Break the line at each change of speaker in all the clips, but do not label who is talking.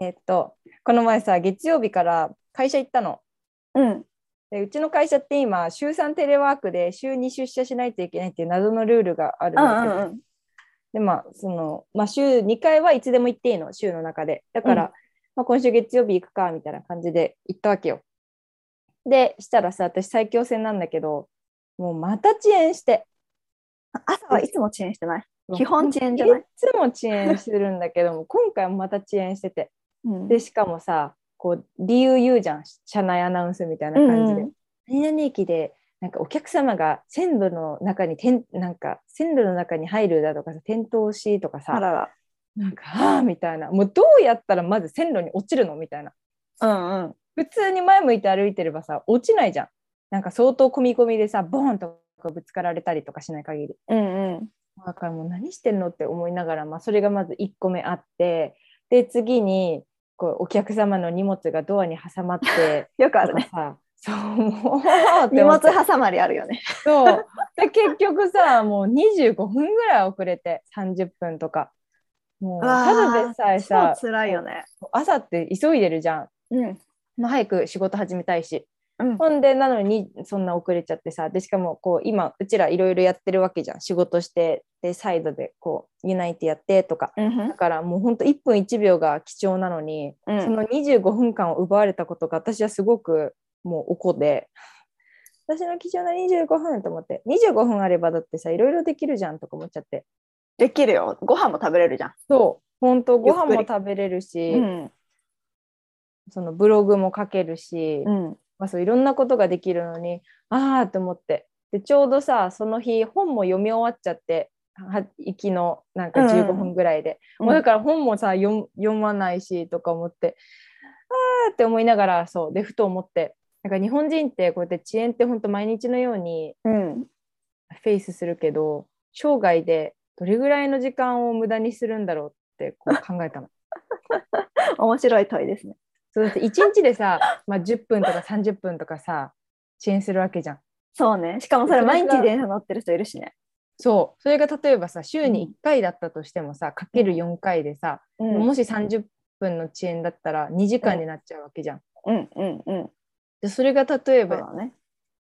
えっとこの前さ月曜日から会社行ったの。
うん。
でうちの会社って今週3テレワークで週2出社しないといけないっていう謎のルールがあるん
うん
だ
う
けど、
んうん。
でまあその、まあ、週2回はいつでも行っていいの週の中でだから、
うん
まあ、今週月曜日行くかみたいな感じで行ったわけよでしたらさ私最強戦なんだけどもうまた遅延して
朝はいつも遅延してない。基本遅延
い
じゃない。
つも遅延してるんだけども今回もまた遅延してて
うん
でしかもさこう理由言うじゃん車内アナウンスみたいな感じで、
うん
何々駅でなんかお客様が線路の中にてんなんか線路の中に入るだとかさ転倒しとか
あ
さ
らら。
なんかああみたいなもうどうやったらまず線路に落ちるのみたいな
うんうん。
普通に前向いて歩いてればさ落ちないじゃんなんか相当込み込みでさボーンとかぶつかられたりとかしない限り
うんうん。
だからもう何してんのって思いながら、まあ、それがまず1個目あってで次にこうお客様の荷物がドアに挟まって
よ くあ
と
る
か
ね。
さそうもう
荷物
は
挟まりあるよね。
そうで結局さもう25分ぐらい遅れて30分とかもう
うわ
た
ー
だでさえ
そう
さ
辛いよね。
朝って急いでるじゃん、
うん。
まあ、早く仕事始めたいし
うん。
ほんでなのにそんな遅れちゃってさでしかもこう今うちらいろいろやってるわけじゃん仕事してでサイドでこうユナイトやってとかだからもうほんと1分1秒が貴重なのに、
う
そ
ん。
の25分間を奪われたことが私はすごくもうおこで 私の貴重な25分と思って25分あればだってさいろいろできるじゃんとか思っちゃって
できるよ。ご飯も食べれるじゃん。
そうほんとご飯
ゆっ
も
くり
食べれるし、
うん。
そのブログも書けるし、
うん。
まあ、そういろんなことができるのにああと思ってでちょうどさその日本も読み終わっちゃっては行きのなんか
うんうん
15分ぐらいで、もうだから本もさ読読まないしとか思ってああって思いながらそうでふと思ってなんか日本人ってこうやって遅延ってほんと毎日のように
うん。
フェイスするけど生涯でどれぐらいの時間を無駄にするんだろうってこう考え たの。
面白い問いですね。
そうだって1日でさ、まあ、10分とか30分とかさ遅延するわけじゃん。
そうね。しかもそれ毎日電車乗ってる人いるしね。
そうそれが例えばさ週
う
に
ん
1回だったとしてもさ、かける4回でさ、
うん
もし30分の遅延だったら2時間になっちゃうわけじゃん。
うんうんうん。
でそれが例え
そう
ば
だね。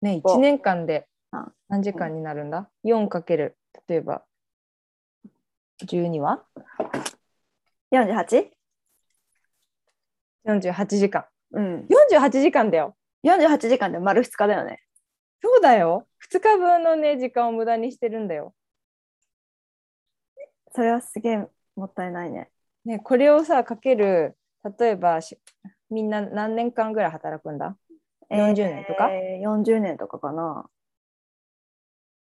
ね
そう
1年間で
うん
何時間になるんだ ?4 かける例えば12は
48?
48時間。
うん。
48時間だよ
48時間で丸2日だよね。
そうだよ !2 日分のね時間を無駄にしてるんだよ。
それはすげえもったいないね。
ねこれをさかける例えばしみんな何年間ぐらい働くんだ40年とか
えー、40年とかかな。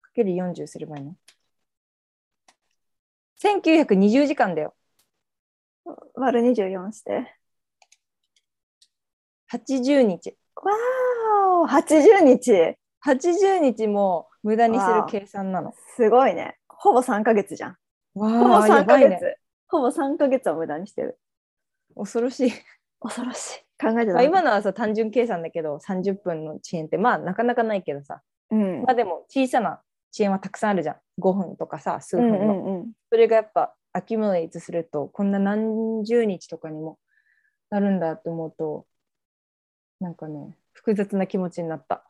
かける40すればいいの ?1920 時間だよ。
割る24して。
80日。
わーお、80日。
80日も無駄にする計算なの。
すごいね。ほぼ3ヶ月じゃん。
わ
ほぼ
あ、や
3ヶ
ばい
月。
ね。
ほぼ3ヶ月を無駄にしてる。
恐ろしい。
恐ろしい。考え
ま
て
あ
ない。
今のはさ単純計算だけど、30分の遅延ってまあなかなかないけどさ。
うん。
まあでも小さな遅延はたくさんあるじゃん。5分とかさ、数
う
分
ん
の。
うんうん。
それがやっぱアキュムレイトするとこんな何十日とかにもなるんだと思うとなんかね複雑な気持ちになった。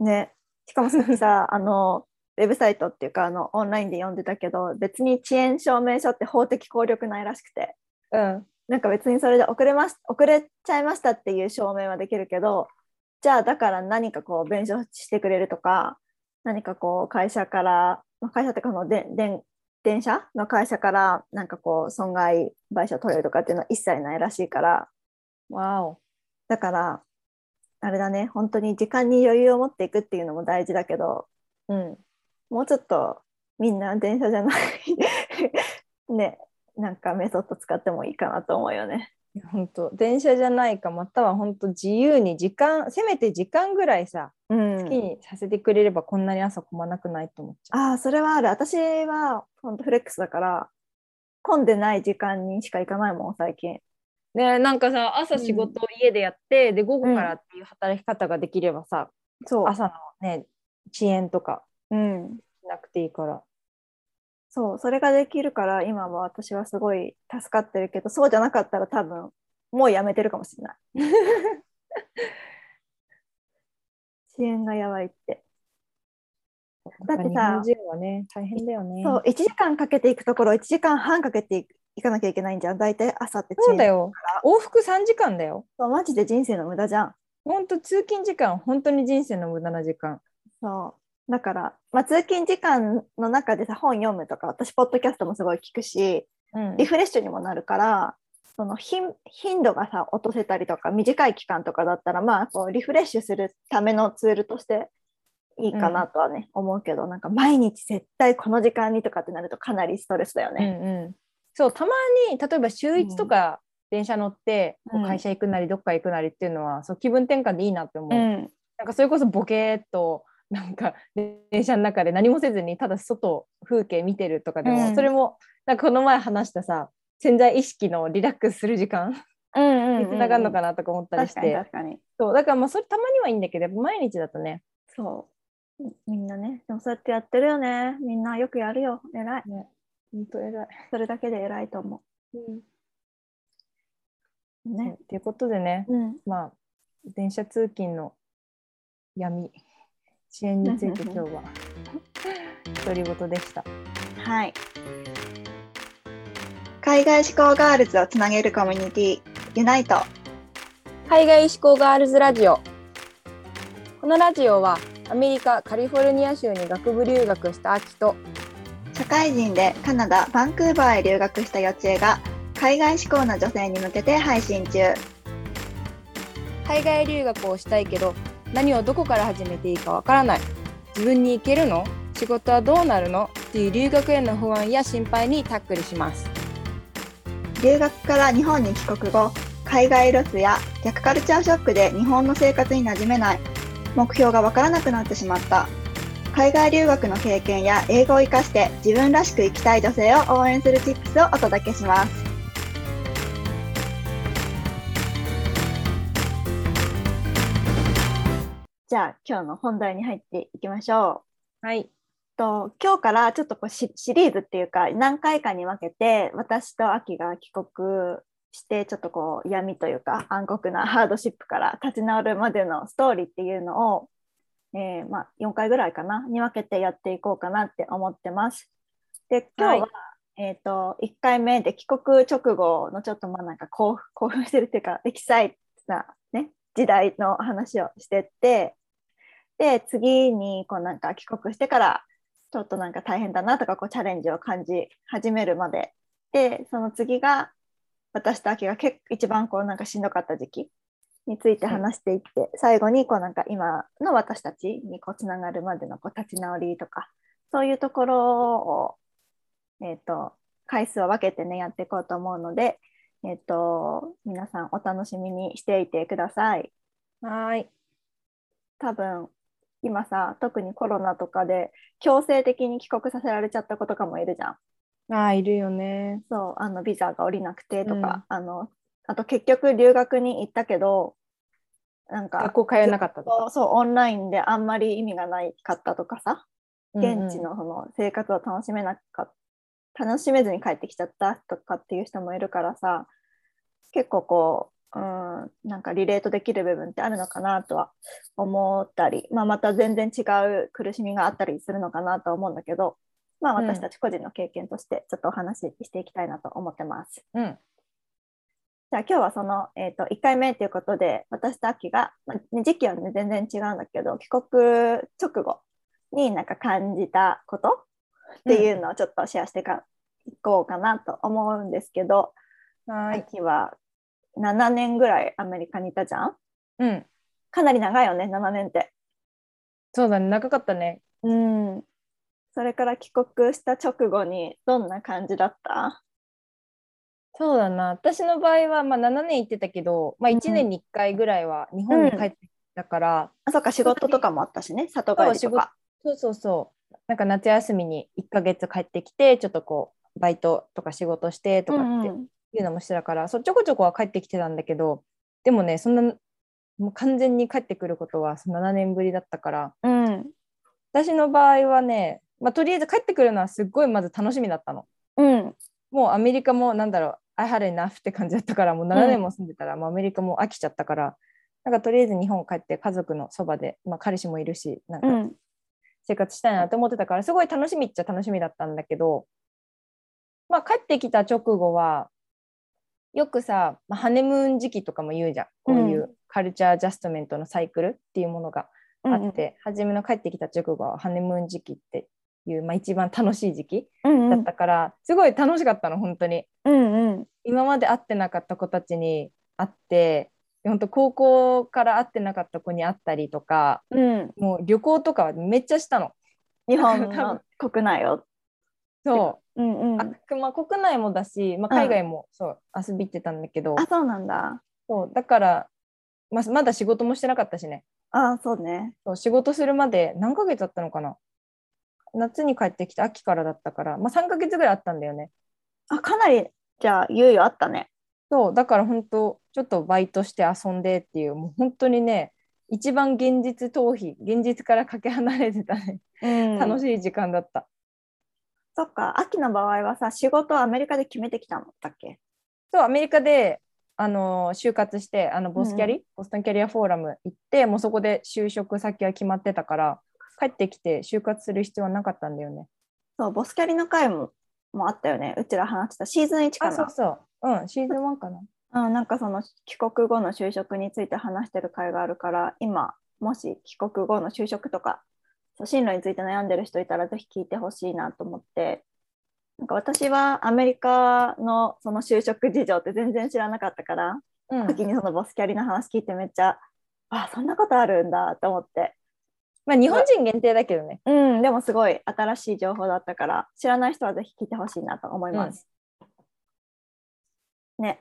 ね、しかもさっきさ あのウェブサイトっていうかあのオンラインで読んでたけど別に遅延証明書って法的効力ないらしくて
うん
なんか別にそれで遅れます遅れちゃいましたっていう証明はできるけどじゃあだから何かこう弁償してくれるとか何かこう会社から、まあ、会社っていうかこのでで電車の会社からなんかこう損害賠償取れるとかっていうのは一切ないらしいから
わお。
だからあれだね本当に時間に余裕を持っていくっていうのも大事だけど
うん。
もうちょっとみんな電車じゃない ねなんかメソッド使ってもいいかなと思うよね。
本当電車じゃないかまたは本当自由に時間せめて時間ぐらいさ
うん
好きにさせてくれればこんなに朝混まなくないと思っちゃう。
ああそれはある私は本当フレックスだから混んでない時間にしか行かないもん最近。
ねなんかさ朝仕事を家でやって、で午後からっていう働き方ができればさ、
そう,、
朝のね遅延とか
うん、
しなくていいから。
そうそれができるから今は私はすごい助かってるけどそうじゃなかったら多分もうやめてるかもし れない。遅延がやばいって。だってさ
日本人はね、大変だよね。
そう、1時間かけていくところ、1時間半かけていく行かなきゃいけないんじゃん。大体朝って遅
そう
延
だよ。往復3時間だよ。
そうマジで人生の無駄じゃん。
ほんと通勤時間、本当に人生の無駄な時間。
そう。だから、まあ、通勤時間の中でさ、本読むとか、私、ポッドキャストもすごい聞くし、
うん
リフレッシュにもなるから、その頻頻度がさ、落とせたりとか、短い期間とかだったら、まあ、こうリフレッシュするためのツールとしていいかなとはね、思うけど、なんか毎日絶対この時間にとかってなるとかなりストレスだよ
うん
ね。
うん、そうたまに例えば週1とか電車乗って、こう
うん
会社行くなりどっか行くなりっていうのは、そう気分転換でいいなって思う、
ん。
なんかそれこそボケーっとなんか電車の中で何もせずにただ外風景見てるとかでも、
うん
それもなんかこの前話したさ潜在意識のリラックスする時間
うんうん、
につながるのかなとか思ったりし
確
て、
かに確かに。
そうだからまあそれたまにはいいんだけどやっぱ毎日だとね
そう。みんなね、でもそうやってやってるよね。みんなよくやるよ。偉い。
本当偉い、
それだけで偉いと思う。
ね
ね。
ということでね、
うん。
まあ、電車通勤の闇、遅延について今日は独り言でした。
はい。海外志向ガールズをつなげるコミュニティ、ユナイト。
海外志向ガールズラジオこのラジオはアメリカ・カリフォルニア州に学部留学した秋と
社会人でカナダ・バンクーバーへ留学した幼稚園が、海外志向の女性に向けて配信中。
海外留学をしたいけど何をどこから始めていいかわからない自分に行けるの仕事はどうなるのっていう留学への不安や心配にタックルします。
留学から日本に帰国後海外ロスや逆カルチャーショックで日本の生活に馴染めない目標がわからなくなってしまった海外留学の経験や英語を活かして自分らしく生きたい女性を応援するチップスをお届けしますじゃあ今日の本題に入っていきましょう
はい、
と今日からちょっとこうシシリーズっていうか何回かに分けて私と秋が帰国してちょっとこう闇というか暗黒なハードシップから立ち直るまでのストーリーっていうのを、えーまあ、4回ぐらいかなに分けてやっていこうかなって思ってます。で今日は、
は
えー、と1回目で帰国直後のちょっとまあなんか興奮興奮してるっていうかエキサイトな、ね、時代の話をしてってで次にこうなんか帰国してからちょっとなんか大変だなとかこうチャレンジを感じ始めるまででその次が私と秋が結一番こうなんかしんどかった時期について話していって、最後にこうなんか今の私たちにこうつながるまでのこう立ち直りとかそういうところを、えー、と回数を分けてねやっていこうと思うので、えー、と皆さんお楽しみにしていてください。
はい、
多分今さ特にコロナとかで強制的に帰国させられちゃった子とかもいるじゃん。
あーいるよね。
そうあのビザが下りなくてとか、あのあと結局留学に行ったけどなんか
学校通えなかったとか。
そうそうオンラインであんまり意味がないかったとかさ現地
うんうん
のその生活を楽しめなかった楽しめずに帰ってきちゃったとかっていう人もいるからさ結構こう、うん、なんかリレートできる部分ってあるのかなとは思ったり、まあ、また全然違う苦しみがあったりするのかなとは思うんだけど、まあ、
うん
私たち個人の経験としてちょっとお話ししていきたいなと思ってます。
うん、
じゃあ今日はその、えー、と1回目ということで私と秋が、まあね時期は、ね、全然違うんだけど帰国直後になんか感じたことっていうのをちょっとシェアしてか、いこうかなと思うんですけど、
はい、
秋は7年ぐらいアメリカにいたじゃん
うん、
かなり長いよね7年って。
そうだね、長かったね。
うんそれから帰国した直後にどんな感じだった
そうだな、私の場合は、まあ、7年行ってたけど、まあ、
うん
1年に1回ぐらいは日本に帰ってきたから、
あそっか仕事とかもあったしね里帰り
そ
と
う仕事
か。
そうそうそう、なんか夏休みに1ヶ月帰ってきて、ちょっとこう、バイトとか仕事してとかって
うんうん
いうのもしてたから、そうちょこちょこは帰ってきてたんだけど、でもね、そんな、もう完全に帰ってくることはその7年ぶりだったから、
うん
私の場合はね、まあ、とりあえず帰ってくるのはすっごいまず楽しみだったの。
うん
もうアメリカもなんだろう I had enough って感じだったからもう7年も住んでたら、もうアメリカも飽きちゃったからなんかとりあえず日本帰って家族のそばで、まあ、彼氏もいるしなんか
うん
生活したいなって思ってたからすごい楽しみっちゃ楽しみだったんだけど、まあ、帰ってきた直後はよくさ、まあ、ハネムーン時期とかも言うじゃんこういううカルチャーアジャストメントのサイクルっていうものがあって、初めの帰ってきた直後はハネムーン時期っていう、まあ、一番楽しい時期
うんう
だ
ん
ったから、すごい楽しかったの本当に。
うんうん
今まで会ってなかった子たちに会って本当高校から会ってなかった子に会ったりとか
うん
もう旅行とかはめっちゃしたの。
日本の国内を
そう
うんうん
あまあ、国内もだし、まあ、
うん
海外も、そう遊び行ってたんだけど
あそうなんだ
そうだから、まあ、まだ仕事もしてなかったしね
あそうね
そう仕事するまで何ヶ月だったのかな夏に帰ってきて秋からだったから、まあ、3ヶ月ぐらいあったんだよね
あかなりじゃあ猶予あったね
そうだから本当ちょっとバイトして遊んでっていうもう本当にね一番現実逃避現実からかけ離れてたね、楽
楽
しい時間だった
そっか秋の場合はさ仕事をアメリカで決めてきたのだっけ
そうアメリカであの就活してあのボスキャリ、ボストンキャリアフォーラム行ってもうそこで就職先は決まってたから帰ってきて就活する必要はなかったんだよね。
そうボスキャリの回ももあったよねうちら話してたシーズン1か
あ
な
そうそううんシーズン1かな。
うん、なんかその帰国後の就職について話してる会があるから今もし帰国後の就職とかそう進路について悩んでる人いたらぜひ聞いてほしいなと思ってなんか私はアメリカのその就職事情って全然知らなかったから、
うん
先にそのボスキャリの話聞いてめっちゃあそんなことあるんだと思って
まあ日本人限定だけどね。
うんでもすごい新しい情報だったから知らない人はぜひ聞いてほしいなと思います、ね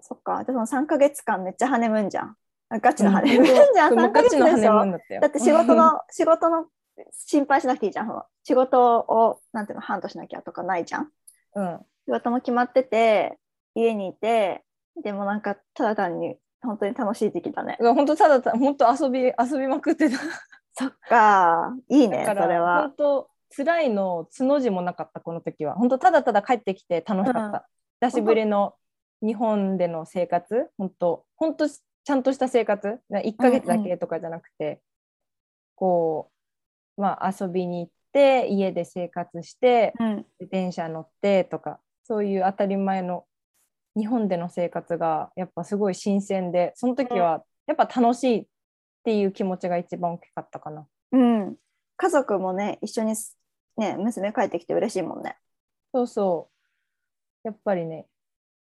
そっかでその3ヶ月間めっちゃ跳ねむんじゃんあガチの跳ねむんじゃん、3ヶ
昔
月
のハ
でし
ネムー
ょ
ンだったよ。
だって仕事の仕事の心配しなくていいじゃんその仕事をなんていうのハントしなきゃとかないじゃん
うん
仕事も決まってて家にいてでもなんかただ単に本当に楽しい時期だね
うん、本当ただた本当遊び遊びまくってた。
そっかいいね
だ
そ
か
れ
ら
は
本当辛いのつの字もなかったこの時は本当ただただ帰ってきて楽しかった、久しぶりの日本での生活本当本当ちゃんとした生活1ヶ月だけとかじゃなくて、こうまあ遊びに行って家で生活して
うん
電車乗ってとかそういう当たり前の日本での生活がやっぱすごい新鮮でその時はやっぱ楽しいっていう気持ちが一番大きかったかな。
うん、家族もね一緒にす、ね、娘帰ってきて嬉しいもんね。
そうそう。やっぱりね、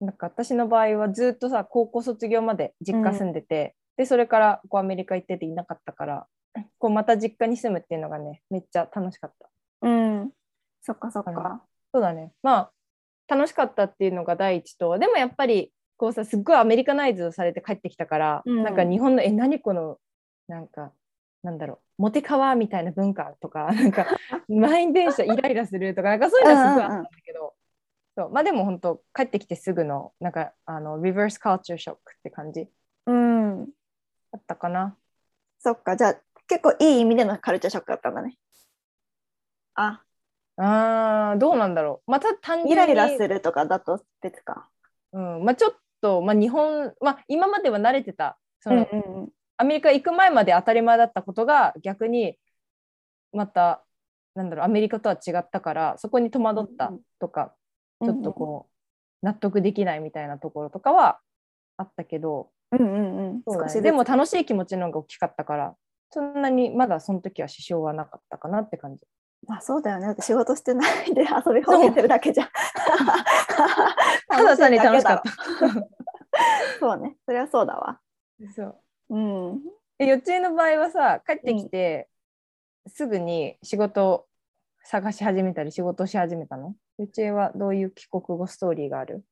なんか私の場合はずっとさ、高校卒業まで実家住んでて、で、それからこうアメリカ行ってていなかったから、こうまた実家に住むっていうのがね、めっちゃ楽しかった。
うん、そっかそっか
か。そうだね。まあ、楽しかったっていうのが第一と、でもやっぱり、こうさ、すっごいアメリカナイズされて帰ってきたから、
うん
なんか日本の、え、何この、なんか、なんだろう、モテカワみたいな文化とか、 なんか、満員電車イライラするとか、なんかそういうのはすごいあったんだけど、そうまあでも本当帰ってきてすぐのなんかあのリバースカルチャーショックって感じ
うん、
だったかな
そっかじゃあ結構いい意味でのカルチャーショックだったんだね。あ
あーどうなんだろうまあた単純に
イライラするとかだと別か。
うんまあ、ちょっと、まあ、日本、まあ、今までは慣れてたその、
うん
アメリカ行く前まで当たり前だったことが逆にまたなんだろうアメリカとは違ったからそこに戸惑ったとか、ちょっとこう納得できないみたいなところとかはあったけど、
うんうんうん、
そうだね
少しずつ
でも楽しい気持ちの方が大きかったからそんなにまだその時は支障はなかったかなって感じ
まあそうだよねだって仕事してないで遊び放けてるだけじゃん。
ただ単に楽しか
だ
っ
けだわ。そうねそれはそうだわ。
たそう
うん
で幼稚園の場合はさ帰ってきて、すぐに仕事を探し始めたり仕事をし始めたの幼稚園はどういう帰国後ストーリーがある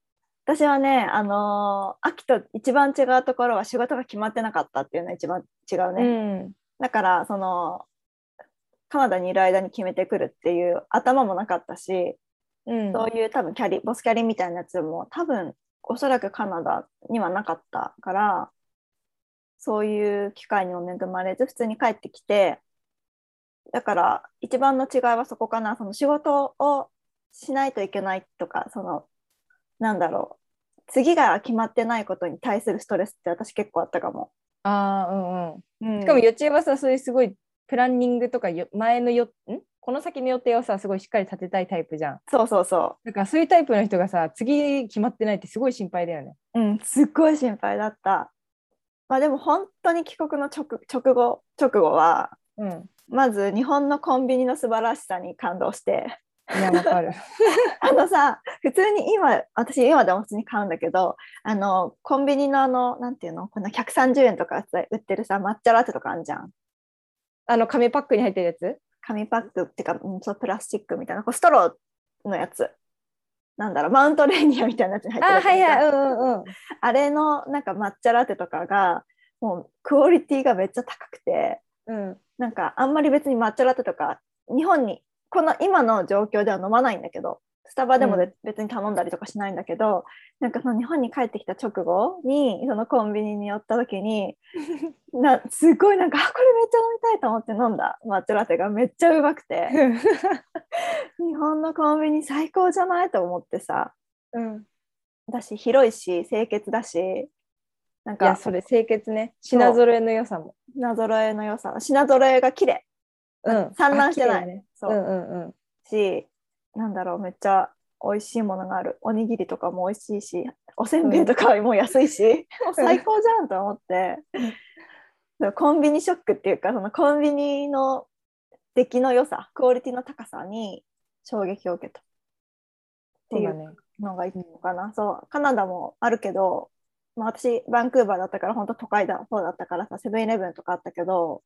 私はね、あのー秋と一番違うところは仕事が決まってなかったっていうのが一番違うね。
ん
だから、その、カナダにいる間に決めてくるっていう頭もなかったし、
うん
そういう多分キャリ、ボスキャリみたいなやつも多分、おそらくカナダにはなかったから、そういう機会にも恵まれず、普通に帰ってきて、だから一番の違いはそこかな、その仕事をしないといけないとか、その、なんだろ次が決まってないことに対するストレスって私結構あったかも。
ああうんうん
うん
しかも予定はさそういうすごいプランニングとかよ前のよんこの先の予定をさすごいしっかり立てたいタイプじゃん
そうそうそ
だからそういうタイプの人がさ次決まってないってすごい心配だよね
う。うん、すっごい心配だった。まあでも本当に帰国の直直後直後は
うん
まず日本のコンビニの素晴らしさに感動して、
いやわかる
あのさ、普通に今、私今でも普通に買うんだけど、あの、コンビニのあの、なんていうの、こんな130円とかさ売ってるさ、抹茶ラテとかあるじゃん。
あの紙パックに入ってるやつ
紙パックってか、うん、そうプラスチックみたいな、こうストローのやつ。なんだろう、マウントレーニアみたいなやつに入ってる
あ
やつ
はいはい
あ
うんうんうん
れのなんか抹茶ラテとかが、もうクオリティがめっちゃ高くて、
うん
なんかあんまり別に抹茶ラテとか日本にこの今の状況では飲まないんだけどスタバでも
う
で別に頼んだりとかしないんだけど、なんかその日本に帰ってきた直後にそのコンビニに寄った 時になすごいなんかあこれめっちゃ飲みたいと思って飲んだ抹茶ラテがめっちゃうま くて日本のコンビニ最高じゃないと思ってさ
うん、
だし広いし清潔だしなん
いや
か
それ清潔ね品揃えの良さも
品揃えの良さ品揃えが綺麗
うん
散乱してな
あ
い
綺麗だね
そうう、
んうんうん
し、なんだろう、めっちゃ美味しいものがある。おにぎりとかも美味しいし、おせんべいとかもう安いし、もう最高じゃんと思って、 そうコンビニショックっていうか、そのコンビニの出来の良さ、クオリティの高さに衝撃を受けた
そうだね
のがいいのかな。そう、カナダもあるけど、まあ、私、バンクーバーだったから、本当都会だ、そうだったからさ、セブンイレブンとかあったけど、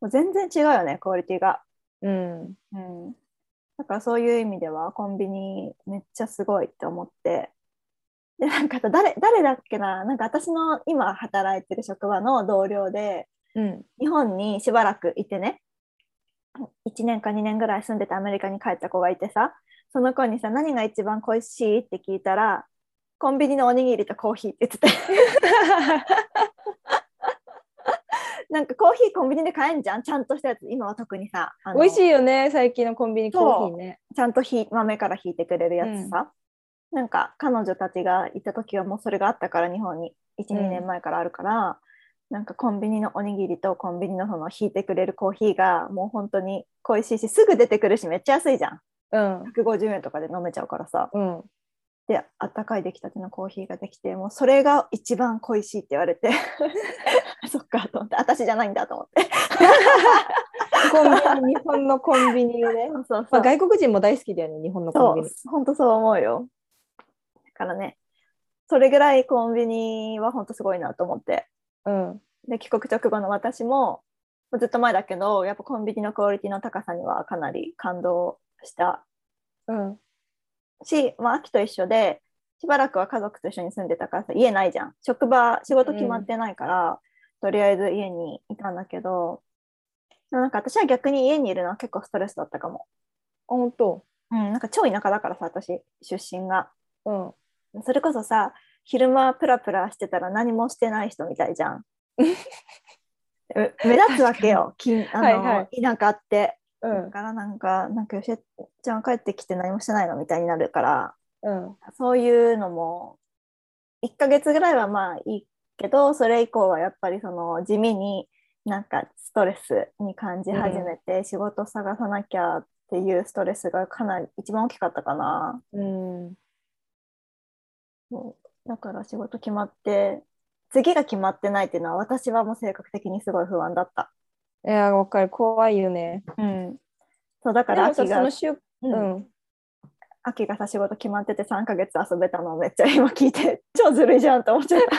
もう全然違うよね、クオリティが。
うん
うん、だからそういう意味ではコンビニめっちゃすごいって思ってでなんかさ誰誰だっけななんか私の今働いてる職場の同僚で
うん
日本にしばらくいてね1年か2年ぐらい住んでてアメリカに帰った子がいてさその子にさ何が一番恋しいって聞いたらコンビニのおにぎりとコーヒーって言ってて なんかコーヒーコンビニで買えんじゃんちゃんとしたやつ今は特にさあの
美味しいよね最近のコンビニコーヒーね
ちゃんとひ豆から引いてくれるやつさ、なんか彼女たちがいた時はもうそれがあったから日本に12、
うん
年前からあるからなんかコンビニのおにぎりとコンビニのその引いてくれるコーヒーがもう本当に恋しいしすぐ出てくるしめっちゃ安いじゃん
うん
150円とかで飲めちゃうからさ
うん
であったかい出来たてのコーヒーができてもうそれが一番恋しいって言われて そっかと思って私じゃないんだと思って
コンビニ日本のコンビニね
そうそう
まあ、外国人も大好きだよね、日本のコンビニ。
そう、本当そう思うよ。だからね、それぐらいコンビニは本当すごいなと思って。
うん、
で、帰国直後の私も、ずっと前だけど、やっぱコンビニのクオリティの高さにはかなり感動した
うん、
し、まあ、秋と一緒で、しばらくは家族と一緒に住んでたからさ、家ないじゃん。職場、仕事決まってないから、とりあえず家にいたんだけど、でもなんか私は逆に家にいるのは結構ストレスだったかも。
本当。
うん、なんか超田舎だからさ、私、出身が。
うん。
それこそさ昼間プラプラしてたら何もしてない人みたいじゃ ん。え目立つわけよきんあの、
はいは
田舎って。
う
だ
ん、
からなんかなんかよしえちゃん帰ってきて何もしてないのみたいになるから
うん、
そういうのも1ヶ月ぐらいはまあいいけどそれ以降はやっぱりその地味になんかストレスに感じ始めて、仕事探さなきゃっていうストレスがかなり一番大きかったかな。
うん、
そうだから仕事決まって次が決まってないっていうのは私はもう性格的にすごい不安だった。
いや、わかる、怖いよね。
うん、そうだか
で
ら
もさ、
秋
そ
が
の、週、う
うん
ん、
秋がさ仕事決まってて3ヶ月遊べたのめっちゃ今聞いて超ずるいじゃんと思っちゃった。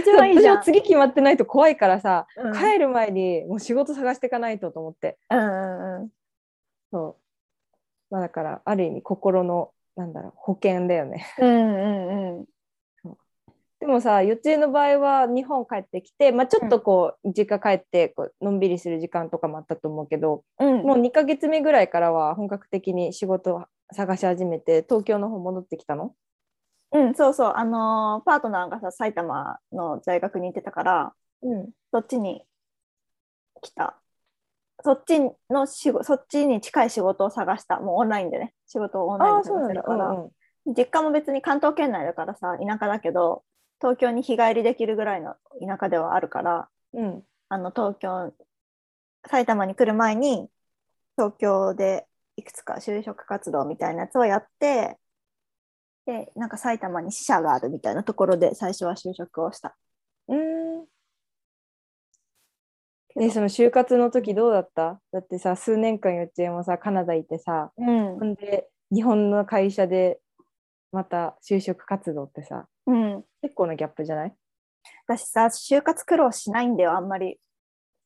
一番いい
私
じゃ
は
ん。
次決まってないと怖いからさ、
うん
帰る前にもう仕事探していかないとと思って。
うんうん
そう。まあ、だから、ある意味心の、なんだろう、保険だよね。
うんうんうん
でもさ、予定の場合は日本帰ってきて、まあ、ちょっとこう、実家帰ってこう、のんびりする時間とかもあったと思うけど、
うん
もう2ヶ月目ぐらいからは本格的に仕事を探し始めて東京の方戻ってきたの
うんそうそうあのーパートナーがさ埼玉の大学に行ってたから
うん。
そっちに来た。そっちの仕事そっちに近い仕事を探したもうオンラインでね仕事をオンライン
ああ、
で
そうな
探せ
んだ。
るから。実家も別に関東圏内だからさ田舎だけど東京に日帰りできるぐらいの田舎ではあるから
うん。
あの東京埼玉に来る前に東京でいくつか就職活動みたいなやつをやってでなんか埼玉に支社があるみたいなところで最初は就職をした
うん。
けど
で、その就活の時どうだっただってさ、数年間よっちえもさ、カナダ行ってさ、
うん
ほんで、日本の会社でまた就職活動ってさ、
うん、
結構なギャップじゃない
私さ就活苦労しないんだよあんまり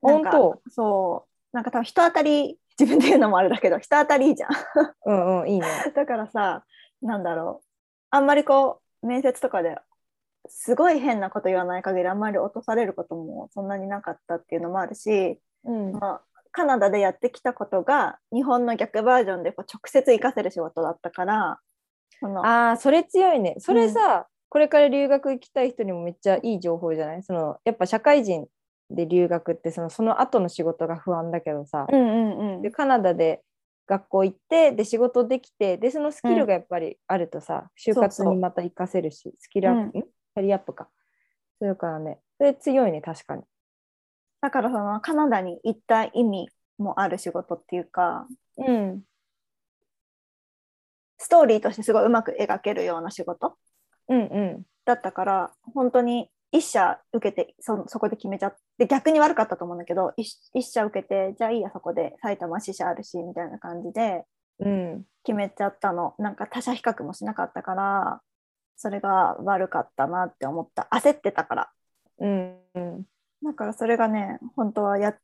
本
なんか
当
そうなんか多分人当たり自分で言うのもあれだけど人当たりいいじゃん
うんうん、いいね。
だからさ、なんだろう。あんまりこう、面接とかで、すごい変なこと言わない限り、あんまり落とされることもそんなになかったっていうのもあるし、
うん。
まあ、カナダでやってきたことが、日本の逆バージョンでこう直接活かせる仕事だったから、その
ああ、それ強いね。それさ、これから留学行きたい人にもめっちゃいい情報じゃないそのやっぱ社会人で留学ってそのその後の仕事が不安だけどさ、
うんうんうん
でカナダで学校行ってで仕事できてでそのスキルがやっぱりあるとさ、就活
そう
に
そう
また活かせるしスキルアップ、んキャリアアップかそれからねそれ強いね確かに
だからそのカナダに行った意味もある仕事っていうか、
うん
ストーリーとしてすごいうまく描けるような仕事
うんう
だったから本当に一社受けてそそこで決めちゃって逆に悪かったと思うんだけど一一社受けてじゃあいいやそこで埼玉支社あるしみたいな感じで
んうん
決めちゃったのなんか他社比較もしなかったからそれが悪かったなって思った焦ってたから
うんうん
だからそれがね本当はや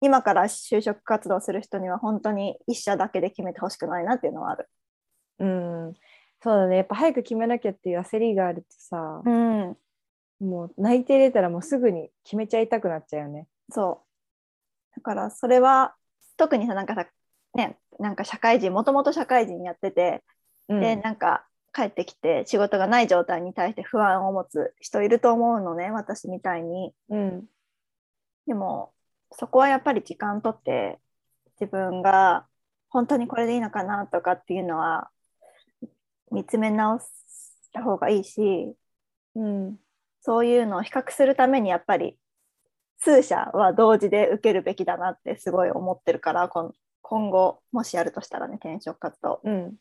今から就職活動する人には本当に一社だけで決めてほしくないなっていうのはある。
うんそうだねやっぱ早く決めなきゃっていう焦りがあるとさ、
うん、
もう泣いて出たらもうすぐに決めちゃいたくなっちゃうよね
そう。だからそれは特にさなんかさねなんか社会人もともと社会人やってて
うん
でなんか帰ってきて仕事がない状態に対して不安を持つ人いると思うのね私みたいに
うん
でもそこはやっぱり時間とって自分が本当にこれでいいのかなとかっていうのは見つめ直した方がいいし
うん
そういうのを比較するためにやっぱり数社は同時で受けるべきだなってすごい思ってるから今今後もしやるとしたらね転職活動
うん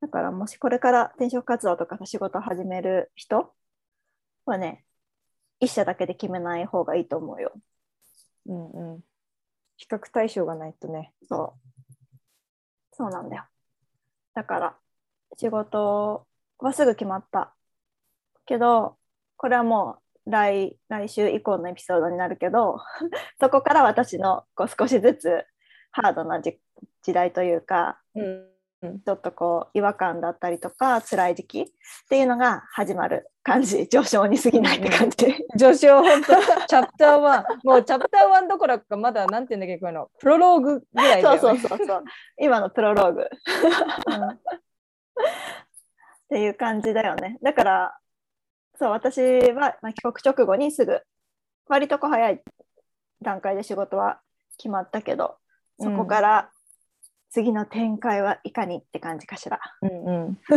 だからもしこれから転職活動とかさ仕事を始める人はね、一社だけで決めない方がいいと思うよ。
うんうん比較対象がないとね
そう。そうなんだよ。だから、仕事はすぐ決まった。けど、これはもう来来週以降のエピソードになるけど、 そこから私のこう少しずつハードなじ時代というか、
うん
ちょっとこう違和感だったりとか辛い時期っていうのが始まる感じ上昇に過ぎないって感じ、
序章本当 チャプター1もうチャプター1どころかまだなんて言うんだっけこのプロローグぐらいだよ
そう
ね
そうそうそう今のプロローグっ
うん
ていう感じだよねだからそう私は、まあ、帰国直後にすぐ割とこう早い段階で仕事は決まったけどそこから次の展開はいかにって感じかしら、
うんうん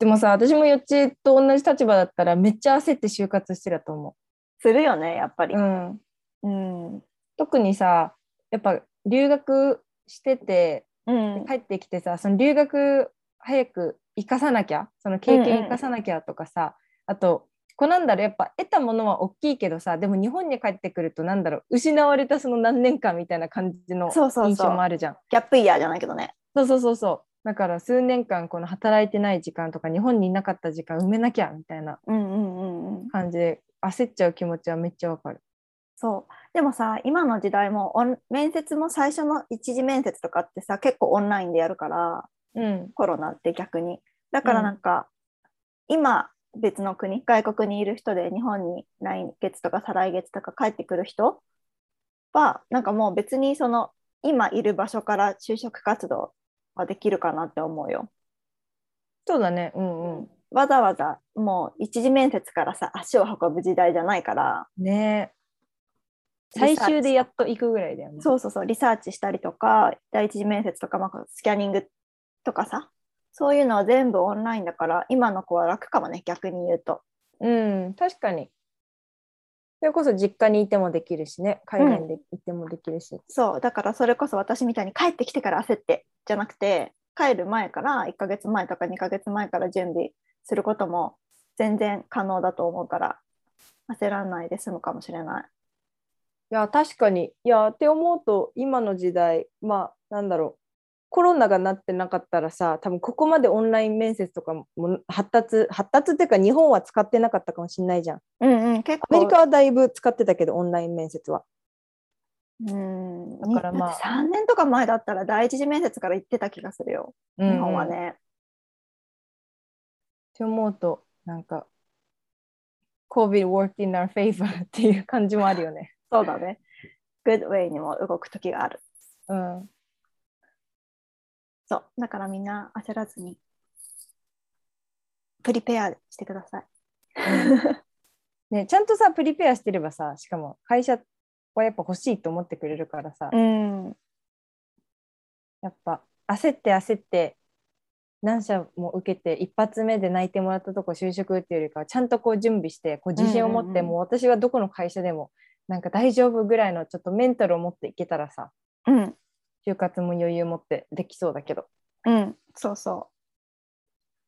でもさ私もよっちと同じ立場だったらめっちゃ焦って就活してたと思
するよねやっぱり
う、うん、
うんうん
特にさやっぱ留学してて
うん
帰ってきてさその留学早く生かさなきゃその経
うんうん
験生かさなきゃとかさ、あとこうなんだろうやっぱ得たものは大きいけどさでも日本に帰ってくるとなんだろう失われたその何年間みたいな感じの
そうそうそう
印象もあるじゃん。
ギャップイヤーじゃないけどね
そうそうそうそうだから数年間この働いてない時間とか日本にいなかった時間埋めなきゃみたいな
うんうんうんうん
感じで焦っちゃう気持ちはめっちゃわかる。
そうでもさ今の時代もオン面接も最初の一次面接とかってさ結構オンラインでやるから
うん、
コロナって逆にだからなんか、今別の国外国にいる人で日本に来月とか再来月とか帰ってくる人はなんかもう別にその今いる場所から就職活動はできるかなって思うよ。
そうだねうんうん。
わざわざもう一次面接からさ足を運ぶ時代じゃないから
ねえ最
リサーチ
終でやっと行くぐらいだよね。
そうそうそう、リサーチしたりとか、第一次面接とか、まあ、スキャニングとかさ、そういうのは全部オンラインだから、今の子は楽かもね、逆に言うと。
うん、確かに。それこそ実家にいてもできるしね、海外でいてもできるし。
そう、だからそれこそ私みたいに帰ってきてから焦ってじゃなくて、帰る前から1ヶ月前とか2ヶ月前から準備することも全然可能だと思うから、焦らないで済むかもしれない。
いや、確かに。いや、って思うと、今の時代、まあ、なんだろう。コロナがなってなかったらさ、多分ここまでオンライン面接とかも発達、発達っていうか日本は使ってなかったかもしれないじゃん。ア
うんうん、結構
メリカはだいぶ使ってたけど、オンライン面接は。
うん、
だからまあ
にだって3年とか前だったら第一次面接から行ってた気がするよ、
うん
日本は。ね。
って思うと、なんか、COVID worked in our favor っていう感じもあるよね。
そうだね。グッドウェイにも動く時がある。
うん。
そう、だからみんな焦らずに、プリペアしてください。
ね、ちゃんとさ、プリペアしてればさ、しかも会社はやっぱ欲しいと思ってくれるからさ、
うん、
やっぱ焦って焦って何社も受けて一発目で泣いてもらったとこ就職っていうよりかはちゃんとこう準備してこう自信を持って、
うんうんうん
もう私はどこの会社でもなんか大丈夫ぐらいのちょっとメンタルを持っていけたらさ
うん、
就活も余裕持ってできそうだけど
うん、そうそ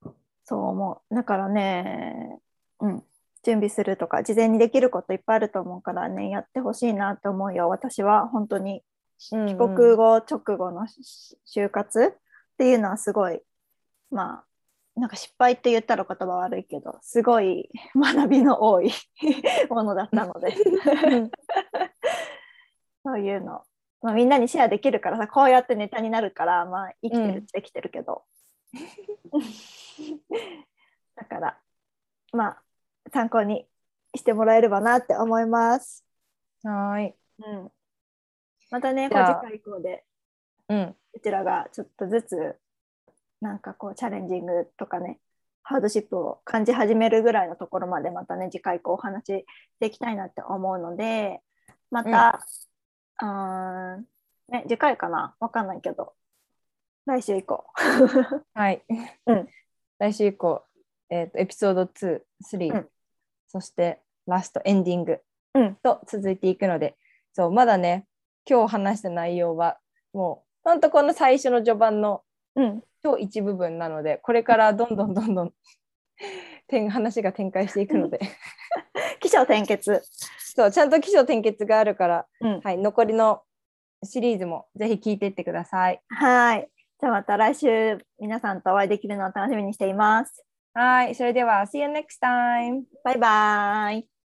う。そう思う。だからね、うん、準備するとか、事前にできることいっぱいあると思うからね、やってほしいなって思うよ。私は本当に
うんうん
帰国後直後のし就活っていうのはすごい、まあ、なんか失敗って言ったら言葉悪いけど、すごい学びの多い ものだったので、そういうの。まあ、みんなにシェアできるからさ、こうやってネタになるから、まあ、生きてるっちゃ生きてるけど。 だから、まあ、参考にしてもらえればなって思います。
はーい、
うん、またね、こ
じ
う
ゃあ
次回以降で、
うん、
うちらがちょっとずつ、なんかこう、チャレンジングとかね、ハードシップを感じ始めるぐらいのところまで、またね、次回以降お話ししていきたいなって思うので、また、うーん、ね、次回かなわかんないけど、来週以降。
はい、
うん
来週以降、えー、とエピソード2、3、
うん
そしてラストエンディング
うん
と続いていくので、そうまだね今日話した内容はもうほんとこの最初の序盤の
うん、
超一部分なのでこれからどんどんどんどん 点話が展開していくので
起承転結。
そうちゃんと起承転結があるから、
うん
はい、残りのシリーズもぜひ聞いていってください。
はい。じゃあまた来週皆さんとお会いできるのを楽しみにしています。
はい、それでは See you next time!
バイバーイ。